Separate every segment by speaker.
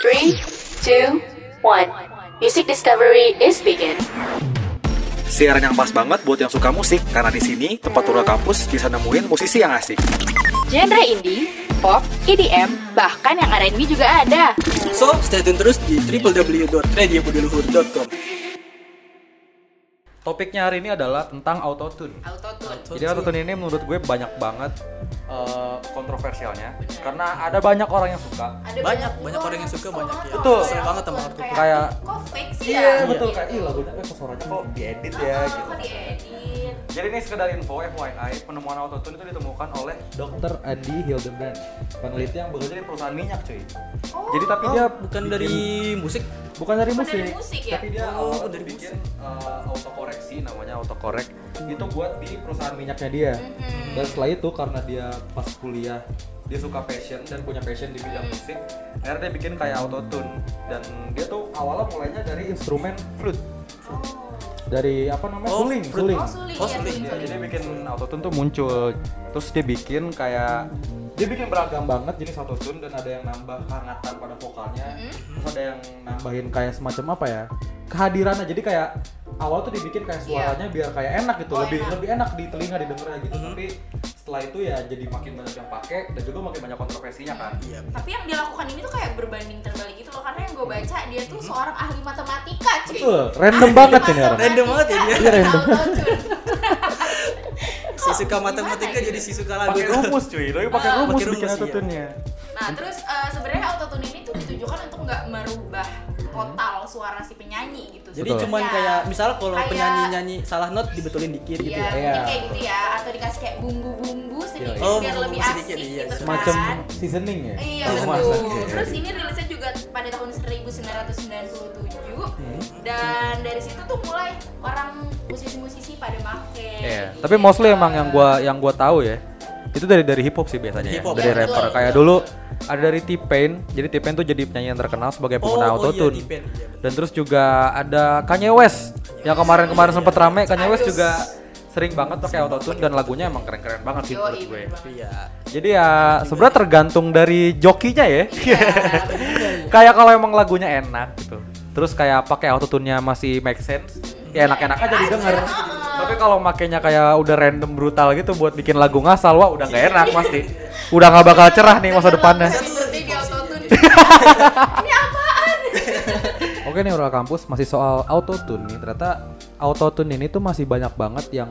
Speaker 1: Three, two, one. Music discovery is begin.
Speaker 2: Siaran yang pas banget buat yang suka musik karena di sini tempat turun kampus bisa nemuin musisi yang asik.
Speaker 1: Genre indie, pop, EDM, bahkan yang R&B juga ada.
Speaker 3: So, stay tune terus di www.radiobudiluhur.com
Speaker 4: Topiknya hari ini adalah tentang autotune. Jadi autotune ini menurut gue banyak banget eh, kontroversialnya karena ada banyak orang yang suka.
Speaker 3: Banyak, banyak orang yang suka, banyak yang
Speaker 4: Betul.
Speaker 3: kesel banget sama kartu
Speaker 4: Kayak
Speaker 5: kok fake sih
Speaker 4: iya
Speaker 5: ya?
Speaker 4: betul kayak ih lagunya eh, kok suaranya kok diedit ya gitu.
Speaker 3: Iya,
Speaker 5: Kok diedit?
Speaker 3: gitu.
Speaker 4: Jadi ini sekedar info FYI, penemuan autotune itu ditemukan oleh Dr. Andy Hildebrand, peneliti yang bekerja di perusahaan minyak, cuy. Jadi tapi
Speaker 3: Oh,
Speaker 4: dia
Speaker 3: bukan
Speaker 4: bikin-
Speaker 3: dari musik
Speaker 4: bukan dari
Speaker 5: Bukan dari
Speaker 4: musik,
Speaker 5: musik ya?
Speaker 4: tapi dia uh,
Speaker 3: Oh, bukan dari
Speaker 4: bikin uh, autokoreksi namanya autokorek.
Speaker 3: Hmm.
Speaker 4: Itu buat di perusahaan minyaknya dia. Dan setelah itu karena dia pas kuliah dia suka fashion dan punya passion di
Speaker 3: Hmm.
Speaker 4: bidang musik, akhirnya dia bikin kayak autotune dan dia tuh awalnya mulainya dari instrumen flute. Dari apa namanya?
Speaker 3: Oh,
Speaker 4: suling,
Speaker 3: flute.
Speaker 4: suling.
Speaker 5: Oh, sulit
Speaker 3: Oh,
Speaker 5: ya.
Speaker 3: sulit.
Speaker 4: Ya, jadi dia bikin autotune tuh muncul. Terus dia bikin kayak dia bikin beragam banget jenis autotune dan ada yang nambah kehangatan pada vokalnya.
Speaker 3: Hmm.
Speaker 4: Terus ada yang nambahin kayak semacam apa ya? Kehadirannya. Jadi kayak awal tuh dibikin kayak
Speaker 3: Iya.
Speaker 4: suaranya biar kayak enak gitu,
Speaker 5: Oh,
Speaker 4: lebih
Speaker 5: enak.
Speaker 4: lebih enak di telinga didengarnya gitu.
Speaker 3: Hmm.
Speaker 4: Tapi setelah itu ya jadi makin banyak yang pakai dan juga makin banyak kontroversinya kan.
Speaker 3: Iya.
Speaker 5: Tapi yang dia lakukan ini tuh kayak berbanding terbalik gitu loh karena yang gue baca dia tuh
Speaker 3: Hmm.
Speaker 5: seorang ahli matematika cuy.
Speaker 4: Betul, random banget ini orang.
Speaker 3: Random banget ya dia.
Speaker 4: Iya, random.
Speaker 3: Si suka matematika jadi
Speaker 5: gitu?
Speaker 3: si suka lagu.
Speaker 4: Pakai rumus cuy, lo pakai
Speaker 3: Ah,
Speaker 4: rumus
Speaker 3: pakai
Speaker 4: bikin
Speaker 3: rumus, iya.
Speaker 4: autotune-nya.
Speaker 5: Nah terus eh, sebenarnya autotune ini tuh ditujukan untuk nggak merubah total suara si penyanyi gitu.
Speaker 3: Jadi
Speaker 4: Betul.
Speaker 3: cuman
Speaker 5: Ya.
Speaker 3: kayak misal kalau
Speaker 5: Kayak-
Speaker 3: penyanyi nyanyi salah not dibetulin dikit gitu ya.
Speaker 5: Iya,
Speaker 4: Iya.
Speaker 5: mungkin kayak gitu ya atau dikasih kayak bumbu-bumbu sedikit
Speaker 3: Oh,
Speaker 5: biar lebih
Speaker 3: bumbu-bumbu
Speaker 5: asik
Speaker 3: sedikit, iya.
Speaker 5: gitu
Speaker 4: Semacam
Speaker 5: kan.
Speaker 4: seasoning ya.
Speaker 5: Iya
Speaker 4: Kalau
Speaker 5: betul.
Speaker 4: masak, iya.
Speaker 5: Terus ini rilisnya juga pada tahun
Speaker 4: Iya.
Speaker 5: 1997 dan dari situ tuh mulai orang musisi-musisi pada make.
Speaker 4: Iya, tapi mostly emang yang gua yang gua tahu ya. Itu dari dari hip hop sih biasanya
Speaker 3: Hip
Speaker 4: ya,
Speaker 3: hop.
Speaker 4: dari
Speaker 5: Iya,
Speaker 4: rapper.
Speaker 5: betul,
Speaker 4: Kayak
Speaker 5: betul.
Speaker 4: dulu ada dari T-Pain. Jadi T-Pain tuh jadi penyanyi yang terkenal sebagai pengguna
Speaker 3: Oh, oh iya,
Speaker 4: autotune.
Speaker 3: T-Pain, iya, betul.
Speaker 4: Dan terus juga ada Kanye West. Yang kemarin-kemarin
Speaker 5: Iya.
Speaker 4: sempet rame Kanye West juga sering banget pakai autotune dan lagunya emang keren-keren banget sih
Speaker 5: Yoi,
Speaker 4: menurut
Speaker 5: bener
Speaker 4: gue.
Speaker 5: banget.
Speaker 3: Iya.
Speaker 4: Jadi ya sebenarnya tergantung dari jokinya ya.
Speaker 5: Iya,
Speaker 4: kayak kalau emang lagunya enak gitu. Terus kayak pakai autotune-nya masih make sense, ya enak-enak aja didengar. Tapi kalau makainya kayak udah random brutal gitu buat bikin lagu ngasal, wah udah nggak enak pasti. Udah nggak bakal cerah nih masa depannya.
Speaker 5: Dengar lagu seperti di autotune. Ini apaan?
Speaker 4: Oke nih Rural Kampus masih soal autotune nih. Ternyata autotune ini tuh masih banyak banget yang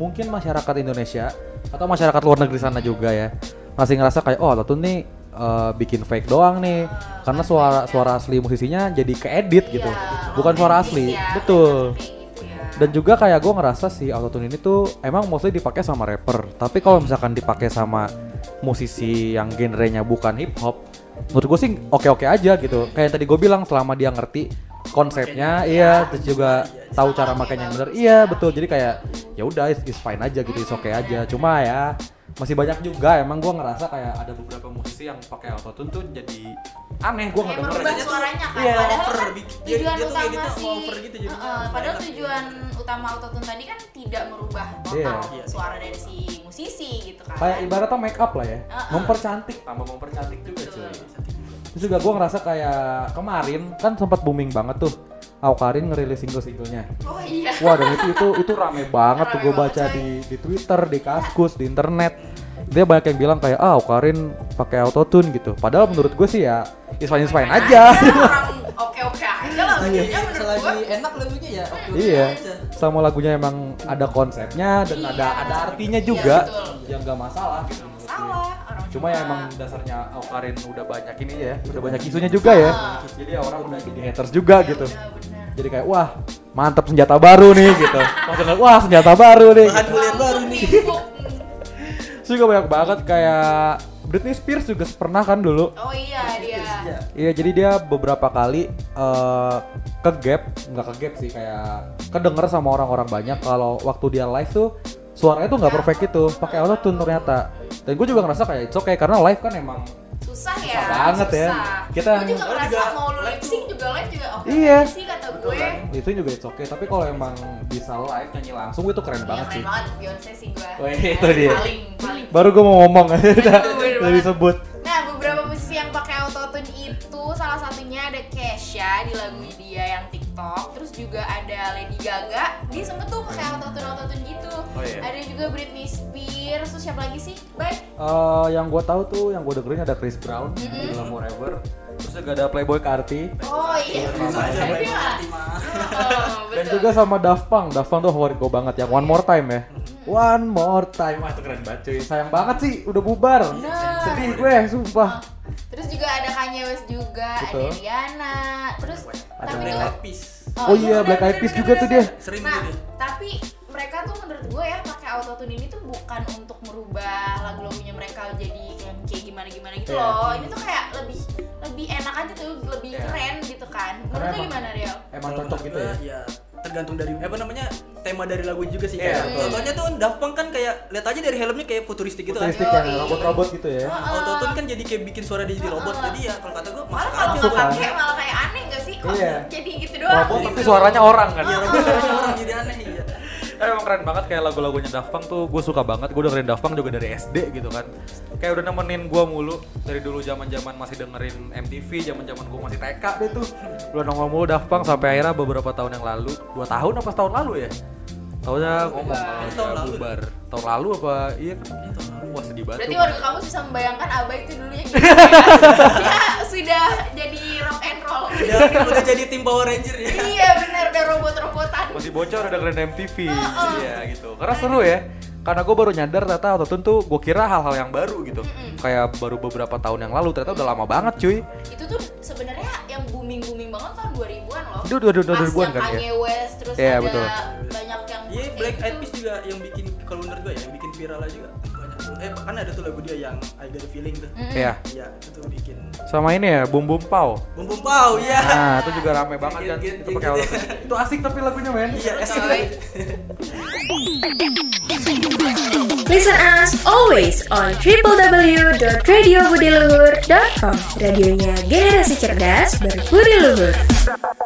Speaker 4: mungkin masyarakat Indonesia atau masyarakat luar negeri sana juga ya masih ngerasa kayak oh autotune nih eh, bikin fake doang nih karena suara suara asli musisinya jadi keedit gitu.
Speaker 5: Iya,
Speaker 4: Bukan suara asli.
Speaker 5: authentic ya,
Speaker 4: Betul.
Speaker 5: kayak gitu ya.
Speaker 4: Dan juga kayak gue ngerasa sih autotune ini tuh emang mostly dipakai sama rapper. Tapi kalau misalkan dipakai sama musisi yang genrenya bukan hip hop, menurut gue sih oke-oke aja gitu. Kayak yang tadi gue bilang selama dia ngerti konsepnya, iya, terus juga tahu cara makainya yang bener. Iya, betul. Jadi kayak ya udah is fine aja gitu, is oke aja. Cuma ya masih banyak juga emang gue ngerasa kayak ada beberapa musisi yang pakai autotune tuh jadi aneh gue nggak
Speaker 5: Kayak
Speaker 4: denger
Speaker 5: merubah
Speaker 3: aja tuh.
Speaker 5: suaranya kan.
Speaker 3: Iya,
Speaker 5: padahal
Speaker 3: over.
Speaker 5: kan
Speaker 3: Dia- dia
Speaker 5: tujuan
Speaker 3: tuh
Speaker 5: utama
Speaker 3: ngeditnya
Speaker 5: si
Speaker 3: over gitu jadi
Speaker 5: Heeh,
Speaker 3: nggak
Speaker 5: padahal
Speaker 3: enak.
Speaker 5: tujuan utama autotune tadi kan tidak merubah
Speaker 4: Iya.
Speaker 5: total
Speaker 3: Iya.
Speaker 5: suara dari si musisi gitu kan.
Speaker 4: kayak ibaratnya make up lah ya
Speaker 5: Heeh.
Speaker 4: mempercantik
Speaker 2: Tambah mempercantik juga
Speaker 5: Betul.
Speaker 4: Terus juga gue ngerasa kayak kemarin kan sempat booming banget tuh Awkarin ngerilis single-singlenya.
Speaker 5: Oh iya.
Speaker 4: Wah dan itu itu itu rame banget tuh gue
Speaker 5: Rame
Speaker 4: baca
Speaker 5: banget,
Speaker 4: di di Twitter, di Kaskus, di internet. Dia banyak yang bilang kayak ah Awkarin pakai autotune gitu. Padahal menurut gue sih ya is fine is fine aja.
Speaker 5: orang oke oke aja lah lagunya Iya,
Speaker 3: Iya,
Speaker 5: menurut
Speaker 3: Selagi
Speaker 5: gue
Speaker 3: enak lagunya ya. oke-oke
Speaker 4: iya.
Speaker 3: aja.
Speaker 4: Sama lagunya emang ada konsepnya dan
Speaker 5: Iya.
Speaker 4: ada ada artinya
Speaker 5: Iya,
Speaker 4: juga.
Speaker 5: betul.
Speaker 4: yang nggak masalah gitu. menurut gue.
Speaker 5: salah orang
Speaker 4: Cuma ya emang dasarnya Awkarin udah banyak ini ya, udah banyak isunya juga ya. Jadi ya orang udah jadi haters juga gitu.
Speaker 5: Iya, bener.
Speaker 4: jadi kayak wah mantap senjata baru nih gitu langsung kayak, wah senjata baru nih
Speaker 3: Bahan kuliah baru
Speaker 5: Langsung
Speaker 3: nih.
Speaker 5: timbuk.
Speaker 4: Terus juga banyak banget kayak Britney Spears juga pernah kan dulu
Speaker 5: oh iya dia
Speaker 3: Iya.
Speaker 4: Iya jadi dia beberapa kali eh, ke gap nggak ke gap sih kayak kedenger sama orang-orang banyak kalau waktu dia live tuh suaranya tuh nggak perfect itu pakai autotune ternyata dan gue juga ngerasa kayak it's okay karena live kan emang
Speaker 5: susah ya
Speaker 4: Susah banget ya. Kita-
Speaker 5: gue juga
Speaker 3: Orang
Speaker 5: ngerasa
Speaker 3: juga
Speaker 5: mau lu
Speaker 3: live
Speaker 5: lip sync juga live juga oke
Speaker 4: Iya.
Speaker 5: sih kata gue Iya,
Speaker 4: itu juga it's okay tapi kalau emang bisa live nyanyi langsung itu keren
Speaker 5: Iya
Speaker 4: banget
Speaker 5: keren
Speaker 4: sih
Speaker 5: banget Beyonce sih gue
Speaker 4: Weh, itu dia.
Speaker 5: paling paling
Speaker 4: baru gue mau ngomong udah
Speaker 5: iya, bener
Speaker 4: udah
Speaker 5: banget.
Speaker 4: disebut
Speaker 5: Nah, beberapa musisi yang pakai autotune itu salah salah satunya ada Kesha di
Speaker 4: Hmm.
Speaker 5: lagunya dia yang TikTok terus juga ada Lady Gaga dia sempet tuh kayak autotune autotune gitu
Speaker 3: Oh, iya.
Speaker 5: ada juga Britney Spears terus siapa lagi sih baik
Speaker 4: Eh, yang gue tahu tuh yang gue dengerin ada Chris Brown di
Speaker 5: Mm-hmm.
Speaker 4: dalam Forever terus juga ada Playboy Carti
Speaker 5: oh iya Tapi mah- Oh,
Speaker 4: dan
Speaker 5: betul.
Speaker 4: juga sama Daft Punk Daft Punk tuh favorit gue banget yang One More Time ya
Speaker 5: Mm-hmm.
Speaker 4: One More Time Wah itu keren banget cuy sayang banget sih udah bubar
Speaker 5: Bener.
Speaker 4: sedih gue sumpah
Speaker 5: Terus juga ada Kanye West juga,
Speaker 4: Oh. Betul.
Speaker 5: ada Rihanna. Terus
Speaker 4: Ada
Speaker 5: tapi
Speaker 4: Black
Speaker 5: tuh
Speaker 4: Eyed
Speaker 3: Peace.
Speaker 4: Oh iya,
Speaker 5: bener,
Speaker 4: Black Eyed
Speaker 5: bener,
Speaker 4: Peas
Speaker 5: bener,
Speaker 4: juga tuh
Speaker 5: bener.
Speaker 4: dia.
Speaker 3: Sering
Speaker 5: Nah,
Speaker 3: gitu.
Speaker 5: tapi mereka tuh menurut gue ya pakai autotune ini tuh bukan untuk merubah lagu-lagunya mereka jadi kayak kayak gimana-gimana gitu
Speaker 4: Iya.
Speaker 5: loh. Ini tuh kayak lebih lebih enak aja tuh, lebih
Speaker 4: Iya.
Speaker 5: keren gitu kan. Menurut
Speaker 4: Karena
Speaker 5: lo
Speaker 4: emang-
Speaker 5: gimana, Rio?
Speaker 4: emang
Speaker 3: Kalau
Speaker 4: cocok
Speaker 3: menurut
Speaker 4: gitu
Speaker 3: gua,
Speaker 4: ya
Speaker 5: Iya.
Speaker 3: ya tergantung dari eh, apa namanya tema dari lagu juga sih
Speaker 4: Iya,
Speaker 3: kayak
Speaker 4: betul.
Speaker 3: contohnya tuh Daft Punk kan kayak lihat aja dari helmnya kayak futuristik gitu kan
Speaker 4: futuristik
Speaker 5: Yoi.
Speaker 4: yang robot-robot gitu ya
Speaker 5: Oh, Iya.
Speaker 3: autotune kan jadi kayak bikin suara dia jadi robot jadi ya kalau kata gue
Speaker 5: Malah
Speaker 3: masuk aja
Speaker 5: kalau nggak
Speaker 4: kan.
Speaker 5: pakai malah kayak aneh gak sih? Kok
Speaker 4: Iya.
Speaker 5: jadi gitu doang?
Speaker 4: Robot
Speaker 5: gitu.
Speaker 4: tapi suaranya orang kan
Speaker 3: ya robot suaranya orang jadi aneh iya
Speaker 4: Eh, emang keren banget kayak lagu-lagunya Daft Punk tuh gue suka banget gue dengerin Daft Punk juga dari SD gitu kan kayak udah nemenin gue mulu dari dulu zaman zaman masih dengerin MTV zaman zaman gue masih TK deh tuh udah nongol mulu Daft Punk sampai akhirnya beberapa tahun yang lalu dua tahun apa setahun lalu ya tahunnya ngomong
Speaker 3: Tahun
Speaker 4: Iya, tahun
Speaker 3: lalu.
Speaker 4: bubar tahun lalu apa iya kan wah sedih banget
Speaker 5: Berarti
Speaker 4: tuh.
Speaker 5: warga kamu bisa membayangkan Abah itu dulunya gitu ya. Dia sudah jadi rock and roll.
Speaker 3: udah udah jadi tim Power Ranger ya
Speaker 5: iya benar udah robot-robotan.
Speaker 4: masih bocor udah dengerin MTV iya gitu karena seru ya karena gue baru nyadar ternyata autotune tuh gue kira hal-hal yang baru gitu kayak baru beberapa tahun yang lalu ternyata udah lama banget cuy
Speaker 5: Itu tuh sebenarnya yang booming-booming banget tahun 2000-an loh.
Speaker 4: Duh, duh, duh, duh,
Speaker 5: Pas
Speaker 4: 2000-an
Speaker 5: yang
Speaker 4: kan ya?
Speaker 5: Kanye West terus
Speaker 4: Iya,
Speaker 5: ada
Speaker 4: betul.
Speaker 5: banyak yang
Speaker 3: Iya,
Speaker 5: kayak
Speaker 3: Black Eyed
Speaker 5: gitu.
Speaker 3: Peas juga yang bikin kalau menurut gue ya, yang bikin viral aja juga banyak. tuh. Eh, kan ada tuh lagu dia yang I Got a Feeling tuh.
Speaker 5: Mm-mm.
Speaker 4: Iya.
Speaker 3: Iya, itu tuh bikin
Speaker 4: Sama ini ya, Bum Bum Pau.
Speaker 3: Bum Bum Pow, iya.
Speaker 4: Nah, itu juga rame banget kan.
Speaker 3: Gigit,
Speaker 4: Itu pakai
Speaker 3: gigit.
Speaker 4: autotune. Itu asik tapi lagunya, men.
Speaker 3: Iya, es
Speaker 5: Coy.
Speaker 6: Listen us always on www.radiobudiluhur.com Radionya generasi cerdas berbudi luhur.